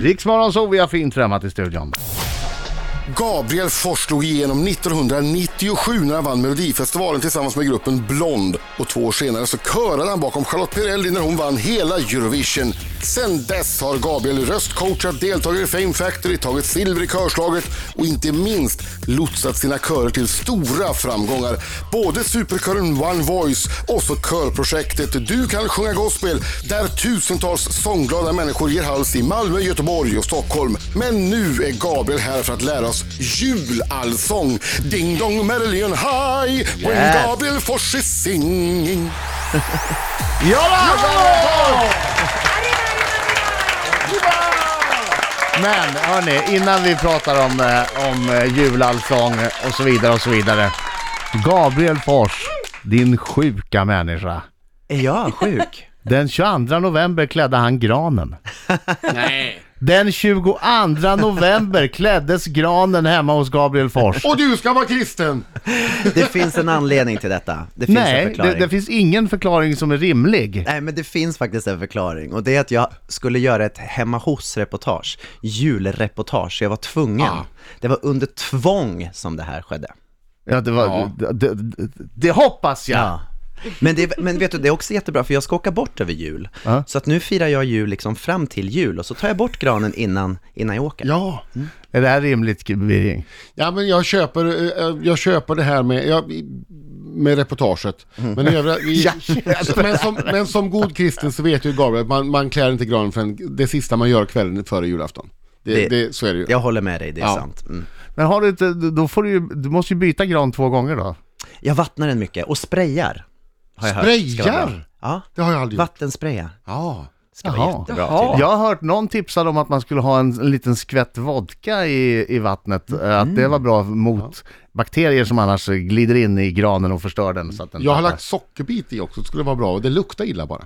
Riksmorgon så vi har fint främmat i studion. Gabriel Fors slog igenom 1997 när han vann Melodifestivalen tillsammans med gruppen Blond. Och två år senare så körade han bakom Charlotte Perrelli när hon vann hela Eurovision. Sen dess har Gabriel röstcoachat deltagare i Fame Factory, tagit silver i körslaget och inte minst lotsat sina körer till stora framgångar. Både superkören One Voice och så körprojektet Du kan sjunga gospel där tusentals sångglada människor ger hals i Malmö, Göteborg och Stockholm. Men nu är Gabriel här för att lära oss julallsång. Ding dong Marillion high when Yes. Gabriel Fors is singing. Ja! Gabriel Fors! Men hörni, innan vi pratar om, eh, om eh, julallsång och så vidare och så vidare. Gabriel Fors, din sjuka människa. Är jag sjuk? Den 22 november klädde han granen. Nej. Den 22 november kläddes granen hemma hos Gabriel Fors. Och du ska vara kristen! Det finns en anledning till detta. Det finns en Nej, det, förklaring. det finns ingen förklaring som är rimlig. Nej men det finns faktiskt en förklaring och det är att jag skulle göra ett hemma hos-reportage, julreportage, jag var tvungen. Ah. Det var under tvång som det här skedde. Ja, det, var, Det, det, det, det hoppas jag. Men, det, men vet du, det är också jättebra för jag ska åka bort över jul. Ja. Så att nu firar jag jul liksom fram till jul och så tar jag bort granen innan, innan jag åker. Ja. Är det här rimligt, Birging? Ja, men jag köper, eh, jag köper det här med, jag, med reportaget. Men, i övriga, i, men, som, men som god kristen så vet ju Gabriel att man, man klär inte granen förrän det sista man gör kvällen före julafton. Det, det, Det- så är det ju. Jag håller med dig, det är Ja. sant. Mm. Men har du inte, då får du ju, du måste ju byta gran två gånger då. Jag vattnar den mycket och sprayar. Har jag hört. Ska vara bra. Sprayar? Ja, Det har jag aldrig gjort. vattenspraya. Ja. Ska vara Jaha. jättebra. Jaha. tydligen. Jag har hört någon tipsa om att man skulle ha en, en liten skvätt vodka i, i vattnet, eh, Mm. att det var bra mot bakterier som annars eh, glider in i granen och förstör den. Så att den Jag har tappar. lagt sockerbit i också, det skulle vara bra. Och det luktar illa bara.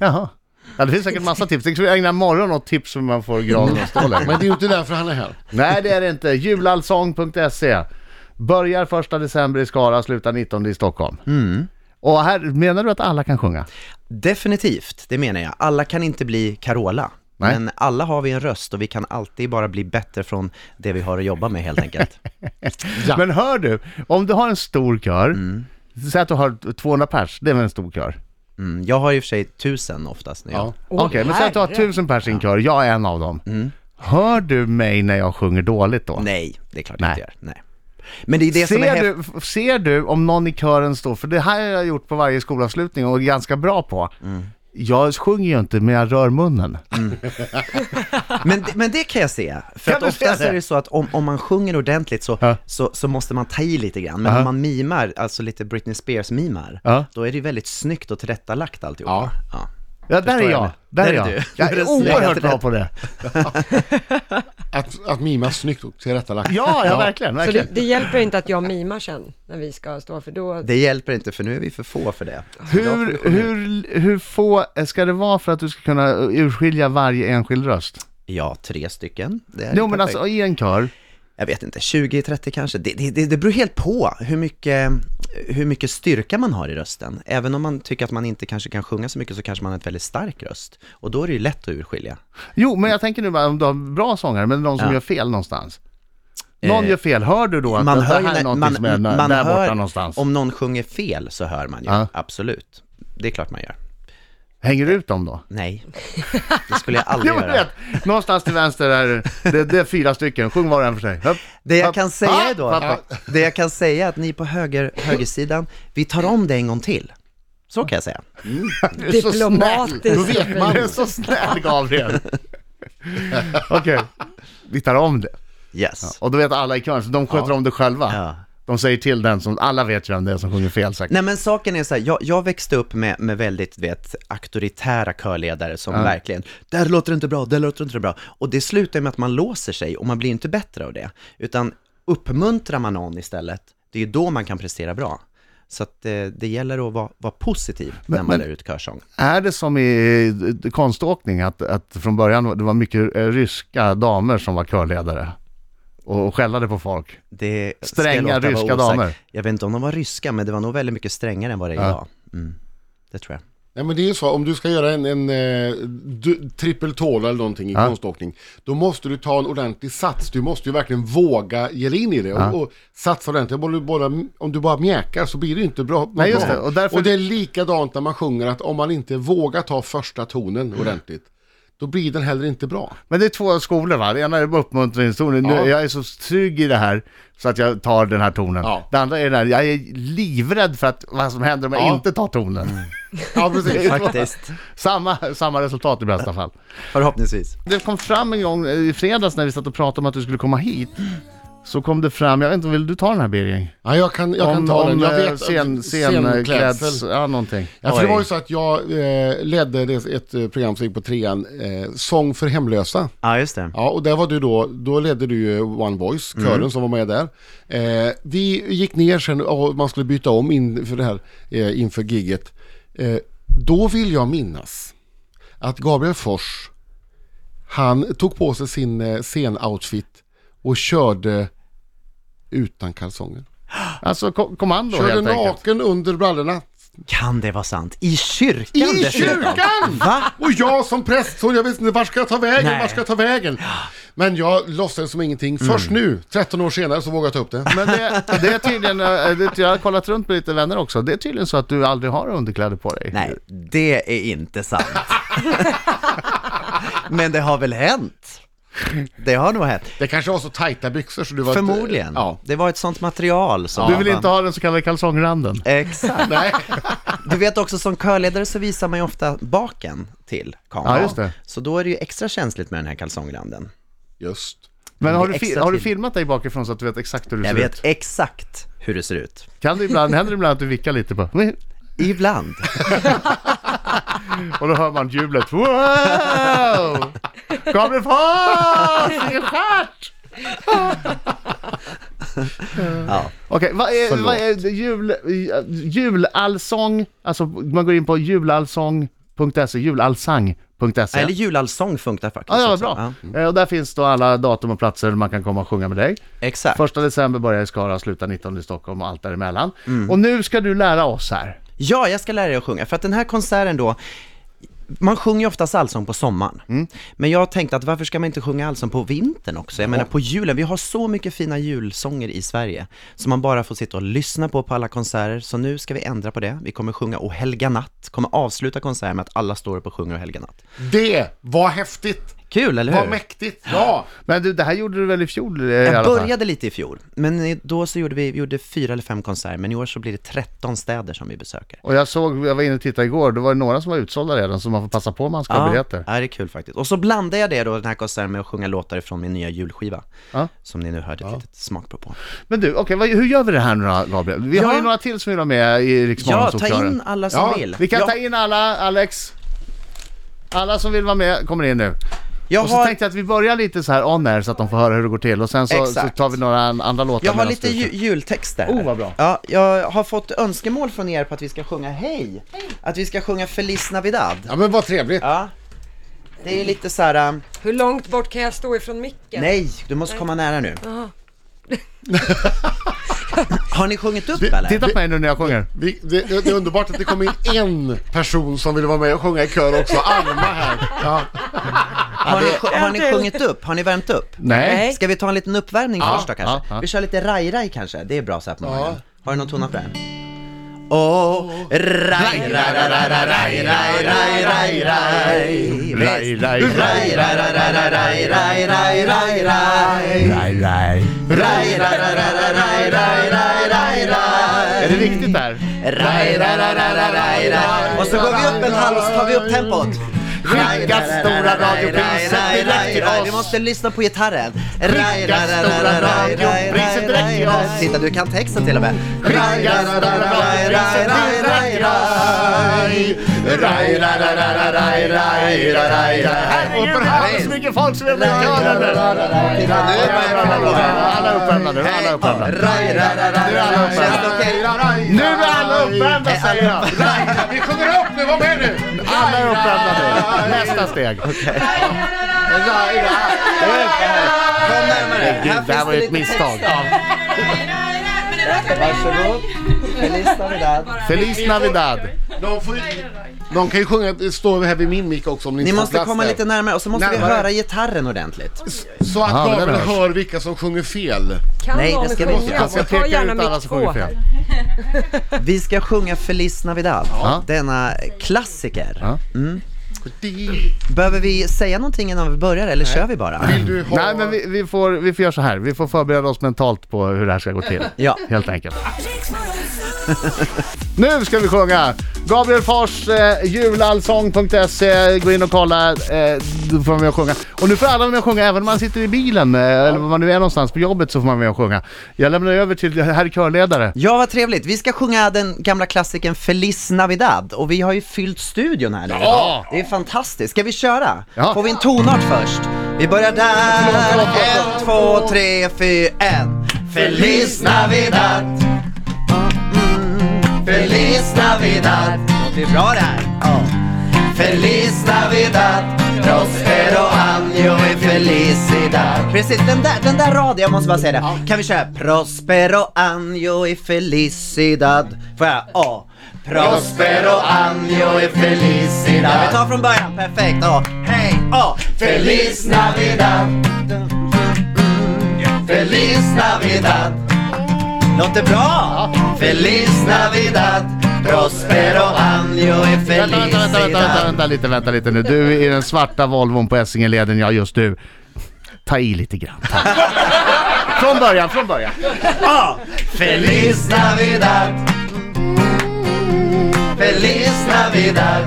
Jaha. Ja, det finns säkert massa tips. Det ska vi ägna morgon åt tips hur man får Mm. granen att stå längre. Men det är ju inte därför han är här. Nej, det är det inte. Julallsång.se. Börjar första december i Skara, slutar 19 i Stockholm. Mm. Och här, menar du att alla kan sjunga? Definitivt, det menar jag. Alla kan inte bli Carola. Nej. Men alla har vi en röst och vi kan alltid bara bli bättre från det vi har att jobba med helt enkelt. Ja. Men hör du, om du har en stor kör, säg att du har 200 pers, det är väl en stor kör? Mm, jag har i och för sig tusen oftast när jag... Ja. Okej, men säg att du har 1000 pers i en kör, jag är en av dem. Hör du mig när jag sjunger dåligt då? Mm. Nej, det är klart Nej. jag inte gör. Nej. Men det är det som är Ser häftigt. du, f- ser du om någon i kören står, för det här har jag gjort på varje skolavslutning och är ganska bra på. Mm. Jag sjunger ju inte, men jag rör munnen. Men, det- men det kan jag se. För Kan att du se oftast det? är det så att om, om man sjunger ordentligt så, Ja. så, så måste man ta i lite grann. Men om man mimar, alltså lite Britney Spears-mimar, Ja. då är det ju väldigt snyggt och tillrättalagt alltihopa. Ja. Ja. Ja, där Förstår är jag jag. nu. Där är Där är jag. du. Jag är Där är du. oerhört bra på det. Att, att mima snyggt och tillrättalagt. Ja, ja verkligen, Så det, verkligen. det hjälper inte att jag mimar sen när vi ska stå, för då... Det hjälper inte för nu är vi för få för det. Hur, hur, hur få ska det vara för att du ska kunna urskilja varje enskild röst? Ja, tre stycken. Det är Jo men perfekt. alltså i en kör, jag vet inte, 20-30 kanske. Det, det, det, det beror helt på hur mycket, hur mycket styrka man har i rösten. Även om man tycker att man inte kanske kan sjunga så mycket så kanske man har ett väldigt stark röst. Och då är det ju lätt att urskilja. jo men jag tänker nu bara om du har bra sångare men de som Ja. gör fel någonstans. Någon Eh, gör fel, hör du då att Man det hör här ju är när, någonting man, som är nä- man där borta hör, någonstans? om någon sjunger fel så hör man ju, Ja. absolut. Det är klart man gör. Hänger du ut dem då? Nej, det skulle jag aldrig Jo men du göra. vet, någonstans till vänster är det, det är fyra stycken, sjung var och en för sig. Upp, Det jag upp. kan säga Ah, då, pappa. det jag kan säga är att ni på höger, högersidan, vi tar om det en gång till. Så kan jag säga. Du är så snäll. Diplomatiskt. Då vet man. Du är så snäll Gabriel. Okej, vi tar om det. Yes. Och då vet alla i kören, så de sköter om det själva. Ja. De säger till den som, alla vet ju vem det är som sjunger fel säkert. Nej men saken är så här, jag, jag växte upp med, med väldigt, du vet, auktoritära körledare som verkligen, där låter det inte bra, där låter det inte bra. Och det slutar med att man låser sig och man blir inte bättre av det. Utan uppmuntrar man någon istället, det är ju då man kan prestera bra. Så att eh, det gäller att vara, vara positiv när man men- lär ut körsång. Är det som i eh, konståkning att, att från början det var mycket eh, ryska damer som var körledare? Och skällade på folk. Det ska Stränga jag låta vara ryska osagt. damer. Jag vet inte om de var ryska, men det var nog väldigt mycket strängare än vad det är idag. Mm, det tror jag. Nej men det är ju så, om du ska göra en, en eh, du, trippeltåla eller någonting i Ja. konståkning Då måste du ta en ordentlig sats, du måste ju verkligen våga ge dig in i det och, och satsa ordentligt om du, bara, om du bara mjäkar så blir det ju inte bra något Nej, just bra. det. Och därför- det är likadant när man sjunger att om man inte vågar ta första tonen Mm. ordentligt Då blir den heller inte bra Men det är två skolor va? Det ena är uppmuntringszonen. Ja. Ja. Jag är så trygg i det här så att jag tar den här tonen. Ja. Det andra är den här, jag är livrädd för att, vad som händer om jag Ja. inte tar tonen. Ja precis Faktiskt. Samma, samma resultat i bästa fall. Förhoppningsvis. Det kom fram en gång eh, i fredags när vi satt och pratade om att du skulle komma hit. Så kom det fram, jag vet inte, vill du ta den här Birging? Ja jag kan, jag kan om, ta om, den, jag eh, vet Scen, scenklädsel. scenklädsel, ja någonting. Ja, för det Oj. var ju så att jag eh, ledde det- ett eh, program som gick på trean, eh, Sång för hemlösa. Ja, just det. Ja, och där var du då, då ledde du ju One Voice, Mm. kören som var med där. Eh, vi gick ner sen och man skulle byta om inför det här, eh, inför giget. Eh, då vill jag minnas att Gabriel Fors, han tog på sig sin eh, scenoutfit och körde utan kalsonger. Alltså ko- kommando Körde helt enkelt. naken under brallorna. Kan det vara sant? I kyrkan I dessutom? kyrkan! Va? Och jag som prästson, jag visste inte vart ska jag ta vägen, Nej. Mm. vart ska jag ta vägen? Men jag låtsades som ingenting. Först nu, 13 år senare, så vågar jag ta upp det. Men det, det är tydligen, eh, det, jag har kollat runt med lite vänner också, det är tydligen så att du aldrig har underkläder på dig. Nej, Eh, det är inte sant. Men det har väl hänt? Det har nog hänt. Det kanske var så tajta byxor så du var... Förmodligen. Ja. Det var ett sånt material som... eh, Du vill inte ha den så kallade kalsongranden? Exakt. Nej. Du vet också som körledare så visar man ju ofta baken till kameran. Ja, just det. Så då är det ju extra känsligt med den här kalsongranden. Just. Men har du, extra fi- har du till. filmat dig bakifrån så att du vet exakt hur du Jag ser vet ut? exakt hur det ser ut. Kan det ibland, händer det ibland att du vickar lite på Ibland. och då hör man jublet. Wow! Gabriel Fors! Vilken stjärt! Ja. Okej, vad är, Förlåt. vad är det? jul, julallsång? Alltså man går in på julallsång.se, julallsang.se. Eller julallsång funkar faktiskt E. Ja, ja, också. bra. Eh, Och där finns då alla datum och platser man kan komma och sjunga med dig. Exakt. Första december börjar i Skara, slutar 19 i Stockholm och allt däremellan. Mm. Och nu ska du lära oss här. Ja, jag ska lära dig att sjunga. För att den här konserten då, man sjunger ju oftast allsång på sommaren. Mm. Men jag tänkte att varför ska man inte sjunga allsång på vintern också? Jag menar på julen, vi har så mycket fina julsånger i Sverige som man bara får sitta och lyssna på på alla konserter. Så nu ska vi ändra på det. Vi kommer sjunga O helga natt, kommer avsluta konserten med att alla står upp och sjunger O helga natt. Det var häftigt! Kul, eller Vad hur? mäktigt! Ja! Men du, det här gjorde du väl i fjol? eh, i alla Jag fall? började lite i fjol, men i- då så gjorde vi, vi gjorde fyra eller fem konserter, men i år så blir det 13 städer som vi besöker. Och jag såg, jag var inne och tittade igår, då var det några som var utsålda redan, så man får passa på om man ska ha biljetter. Ja, det är kul faktiskt. Och så blandar jag det då, den här konserten, med att sjunga låtar från min nya julskiva. Ja. Som ni nu hörde ett litet smakprov på. Men du, okej, vad- hur gör vi det här nu då, Gabriel? Vi har Ja. ju några till som vill vara med i Ja, Riksmorgon ta in alla som Ja, vill. Vi kan jag, ta in alla, Alex. Alla som vill vara med kommer in nu. jag Och så har, tänkte jag att vi börjar lite så här on air så att de får höra hur det går till och sen så, så Exakt. tar vi några an- andra låtar jag har medan lite du- ju, jultexter. här. alltså, Oh, vad bra. Ja, jag har fått önskemål från er på att vi ska sjunga Hej! Att vi ska sjunga Feliz Navidad. Ja men vad trevligt! Ja. Det är lite så här. ähm, Hur långt bort kan jag stå ifrån micken? nej, du måste komma nära nu. har ni sjungit upp eller? Titta på mig nu när jag sjunger. Vi, det, det är underbart att det kom in en person som ville vara med och sjunga i kör också, Alma här. Ja. har, ni, sj- har ni sjungit upp? Har ni värmt upp? Nej. Nej. Ska vi ta en liten uppvärmning först då kanske? ja, ja. Vi kör lite raj-raj kanske, det är bra så här på morgonen. Har du någon tonart på den? Åh, raj, raj, raj, raj, raj, raj, raj, raj, raj. Raj, raj, Raj, raj, raj, raj, raj, raj, raj, raj, raj, raj. Raj, raj. Raj, raj, raj, raj, raj, raj, raj, raj, raj. Är det viktigt där? Raj, raj, raj, raj, raj, raj, raj. Och så går vi upp en halv och så tar vi upp tempot. Skicka stora radiopriset direkt till Vi oss. måste lyssna på gitarren. Skicka stora radiopriset direkt till oss. Titta, du kan texten till och med. Skicka stora radiopriset direkt till Herregud, det är så mycket folk som vill med i kören nu. Alla är uppvärmda nu, alla är uppvärmda. Nu är alla uppvärmda säger jag! Vi sjunger upp nu, vad med nu! Alla är uppvärmda nu. Nästa steg. Kom närmare. Gud, det här var ju ett finns det lite misstag. text. Varsågod. Feliz Navidad. Feliz Navidad. De får, De kan ju sjunga, stå här vid min mick också om ni inte Ni får måste plats komma där. lite närmare och så måste vi Närmare. höra gitarren ordentligt. Så att Ja, det där Gabriel hörs. hör vilka som sjunger fel. Kan Nej, någon det ska vi inte. sjunga? Jag ska Och ta peka gärna ut alla mick som två sjunger fel. här. Vi ska sjunga Feliz Navidad, Ja. denna klassiker. Ja. Behöver vi säga någonting innan vi börjar eller kör vi bara? Vill du ha... Nej men vi, vi, får, vi får göra så här, vi får förbereda oss mentalt på hur det här ska gå till. Ja. Helt enkelt. Nu ska vi sjunga! Gabriel Fors, eh, julallsång.se, gå in och kolla, eh, då får man med och sjunga. Och nu får alla vara med och sjunga, även om man sitter i bilen eh, eller var man nu är någonstans, på jobbet så får man vara med och sjunga. Jag lämnar över till herr körledare. Ja, vad trevligt. Vi ska sjunga den gamla klassikern Feliz Navidad och vi har ju fyllt studion här nu. Ja. Det är fantastiskt. Ska vi köra? Ja. Får vi en tonart först? Vi börjar där. En, två, tre, fyra, en. Feliz Navidad. Mm. Feliz Navidad. Låter bra det här. Ja. Feliz Navidad. Prospero año y felicidad. Precis, den där, den där raden, jag måste bara säga det. Kan vi köra Prospero año y felicidad? Får jag A? Prospero año y felicidad. Vi tar från början, perfekt. A. Hej, A. Feliz Navidad. Feliz Navidad. Låter bra! Feliz Navidad, Prospero año y Vänta, vänta, vänta, vänta, vänta, felicidad. vänta lite, vänta lite nu. Du i den svarta Volvon på Essingeleden, ja just du. Ta i lite grann. tack. Från början, från början. Ah, Feliz Navidad. Feliz Navidad.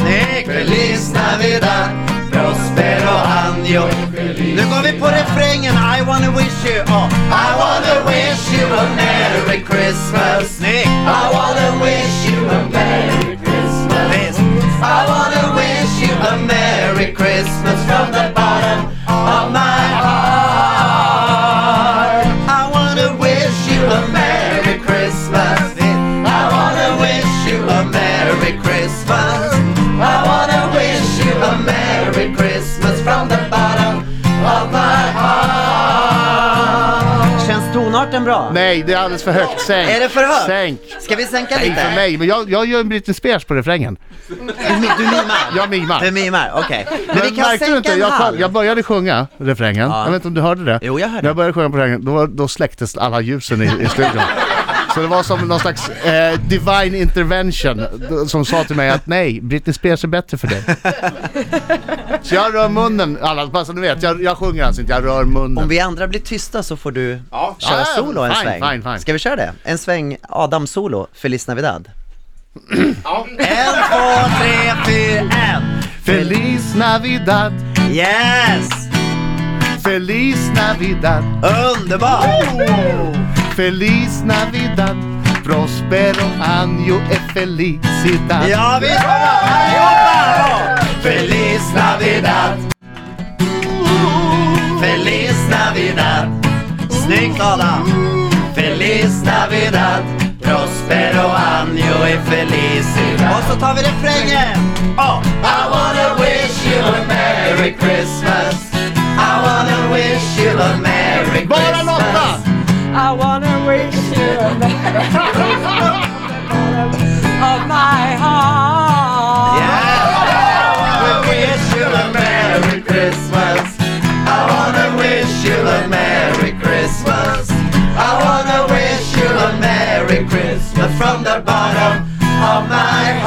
Snyggt! Feliz Navidad. Prospero año. Nu går vi på refrängen. I wanna wish you. Oh. I wanna wish you a merry Christmas. Snyggt! I wanna wish you a merry Christmas. I wanna wish you a merry Christmas from the bottom of my heart. I wanna wish you a merry Christmas. I wanna wish you a merry Christmas. I wanna wish you a merry Christmas from the bottom of my heart. Känns tonarten bra? Nej, det är alldeles för högt. Sänk. Är det för högt? Sänk. Ska vi sänka Nej, för mig. Men jag, jag gör en Britney Spears på refrängen. Du, mi- du mimar? Jag mimar. Du mimar, okej. Men vi kan märkte du sänka en jag, halv. jag började sjunga refrängen. Ja. Jag vet inte om du hörde det? Jo, jag hörde. När jag började sjunga på refrängen, då, då släcktes alla ljusen i, i studion. Så det var som någon slags eh, divine intervention d- som sa till mig att nej, Britney Spears är bättre för dig. Så jag rör munnen, alla, bara så ni vet, jag, jag sjunger alltså inte, jag rör munnen. Om vi andra blir tysta så får du köra Ja, solo en fine, sväng. fine, fine. Ska vi köra det? En sväng Adam-solo, Feliz Navidad. En, två, tre, fyra, en! Feliz Navidad, Yes! Feliz Navidad. Underbart! Feliz Navidad, Prospero año e felicidad. Ja, vi kommer allihopa! Feliz Navidad! Feliz Navidad! Snyggt Adam! Feliz Navidad! Prospero año e felicidad Och så tar vi refrängen! Oh. I wanna wish you a merry Christmas I wanna wish you a merry Christmas Bara Lotta! I wanna wish you a merry Christmas of my heart. Yeah. We wish you a Merry Christmas. I wanna wish you a Merry Christmas. I wanna wish you a Merry Christmas from the bottom of my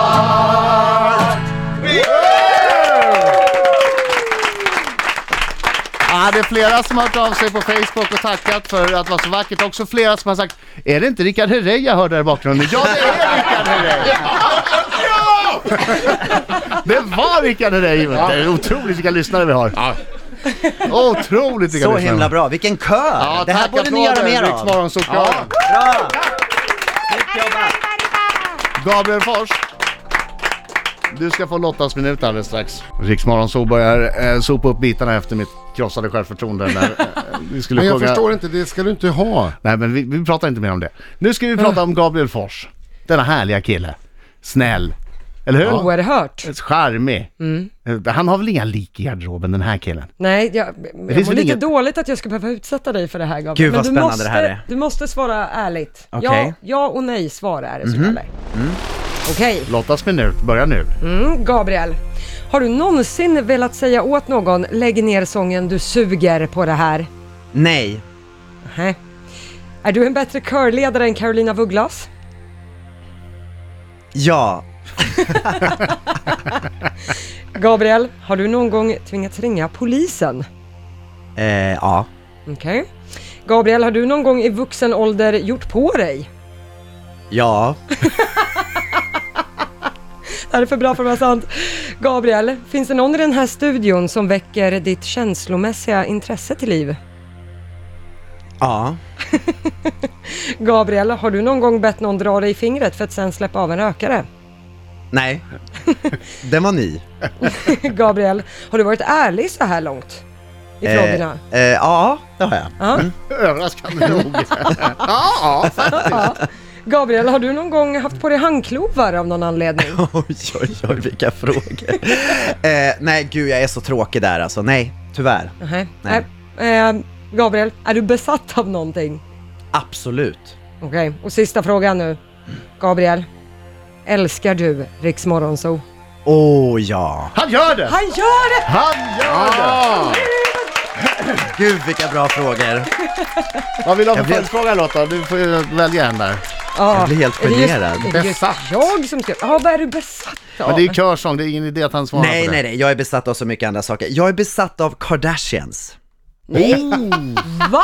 heart. Ja, det är flera som har hört av sig på Facebook och tackat för att vara så vackert. Också flera som har sagt, är det inte Rickard Herrey jag hör där i bakgrunden? Ja, det är Rickard Herrey! Det var Rickard Herrey! vet du. Det är Otroligt vilka lyssnare vi har. Otroligt vilka Så lyssnare. himla bra, vilken kör! Ja, det här tack, borde ni göra applåder, mer Riks av. Morgonzoo-kör. bra! Snyggt jobbat! Gabriel Fors. Du ska få Lottas minut alldeles strax. Riksmorgon så börjar eh, sopa upp bitarna efter mitt krossade självförtroende när eh, vi skulle Men jag sjunga. förstår inte, det ska du inte ha. Nej men vi, Mm. vi pratar inte mer om det. Nu ska vi prata om Gabriel Fors. Denna härliga kille. Snäll, Eller hur? Ja. Oerhört. Charmig. Mm. Eh, Han har väl inga lik i garderoben den här killen? Nej, jag, jag mår finns väl lite inget- dåligt att jag ska behöva utsätta dig för det här Gabriel. Gud, vad du spännande måste, det här är. Du måste svara ärligt. Ja, Okej. Mhm. Mm. ja och nej svar är det som gäller. Okej, Lottas minut börjar nu. mm, Gabriel. Har du någonsin velat säga åt någon, lägg ner sången, du suger på det här? Nej. Nej. Är du en bättre körledare än Carolina Vuglas? Ja. Gabriel, har du någon gång tvingats ringa polisen? Eh, ja. Okej. Gabriel, har du någon gång i vuxen ålder gjort på dig? Ja. Det här är för bra för att vara sant. Gabriel, finns det någon i den här studion som väcker ditt känslomässiga intresse till liv? Ja. Gabriel, har du någon gång bett någon dra dig i fingret för att sen släppa av en rökare? Nej. Den var ny. Gabriel, har du varit ärlig så här långt? I Eh, frågorna? eh, ja, det har jag. Ja. Överraskande nog. ja, Ja. Gabriel, har du någon gång haft på dig handklovar av någon anledning? Oj, oj, oj, vilka frågor. eh, nej, gud, jag är så tråkig där alltså. Nej, tyvärr. Nej. Nej. Eh, Gabriel, är du besatt av någonting? Absolut. Okej, och sista frågan nu. Gabriel, älskar du Rix Morgonzoo? Åh, oh, ja. han gör det! Han gör det! Han gör det! Ah, Gud, vilka bra frågor. Vad vill du ha för Jag blir- följdfråga Lotta? Du får ju välja en där. Ja, Jag blir helt är det just- generad. är det just Besatt. Jag som ska... Ja, vad är du besatt av? Men det är ju körsång, det är ingen idé att han svarar Nej, på nej, det. nej, jag är besatt av så mycket andra saker. Jag är besatt av Kardashians. Oh, Va?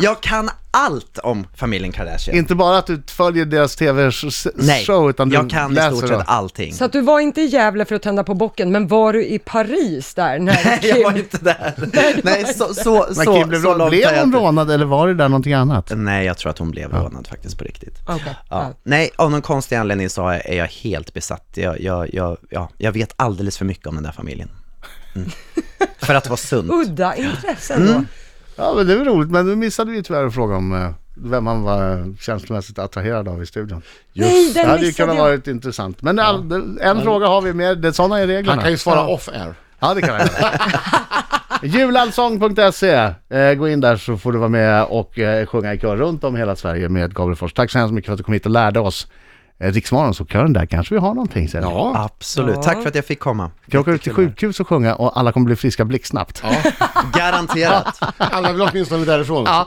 Jag kan allt om familjen Kardashian. Inte bara att du följer deras Nej, tv-show utan du jag kan i läser stort dem. sett allting. Så att du var inte i Gävle för att tända på bocken, men var du i Paris där när Nej, Kim... jag var inte där. Nej, så, så, Men så, Kim blev, så rånad. långt har blev jag hon inte- rånad eller var det där någonting annat? Nej, jag tror att hon blev rånad faktiskt på riktigt. Okej, Ja. ja. Nej, av någon konstig anledning så är jag helt besatt. Jag, jag, jag, ja, jag vet alldeles för mycket om den där familjen. Mm. för att vara sunt. Udda intressen Mm. då. Ja men det var roligt, men nu missade vi ju tyvärr att fråga om eh, vem han var eh, känslomässigt attraherad av i studion. Nej, det den hade ju missade kunnat jag. varit intressant. Men all, en fråga har vi mer, det, sådana är reglerna. han kan ju svara off air. Ja det kan jag göra. Julallsång.se, eh, gå in där så får du vara med och eh, sjunga i kör runt om hela Sverige med Gabriel Fors. Tack så hemskt mycket för att du kom hit och lärde oss eh, Riksmorgon, så kören där kanske vi har någonting sen. Ja. Absolut. Ja. Tack för att jag fick komma. Kan åka ut till Jättekul. sjukhus och sjunga och alla kommer bli friska blixtsnabbt. Garanterat. Alla vill åtminstone därifrån. Ja.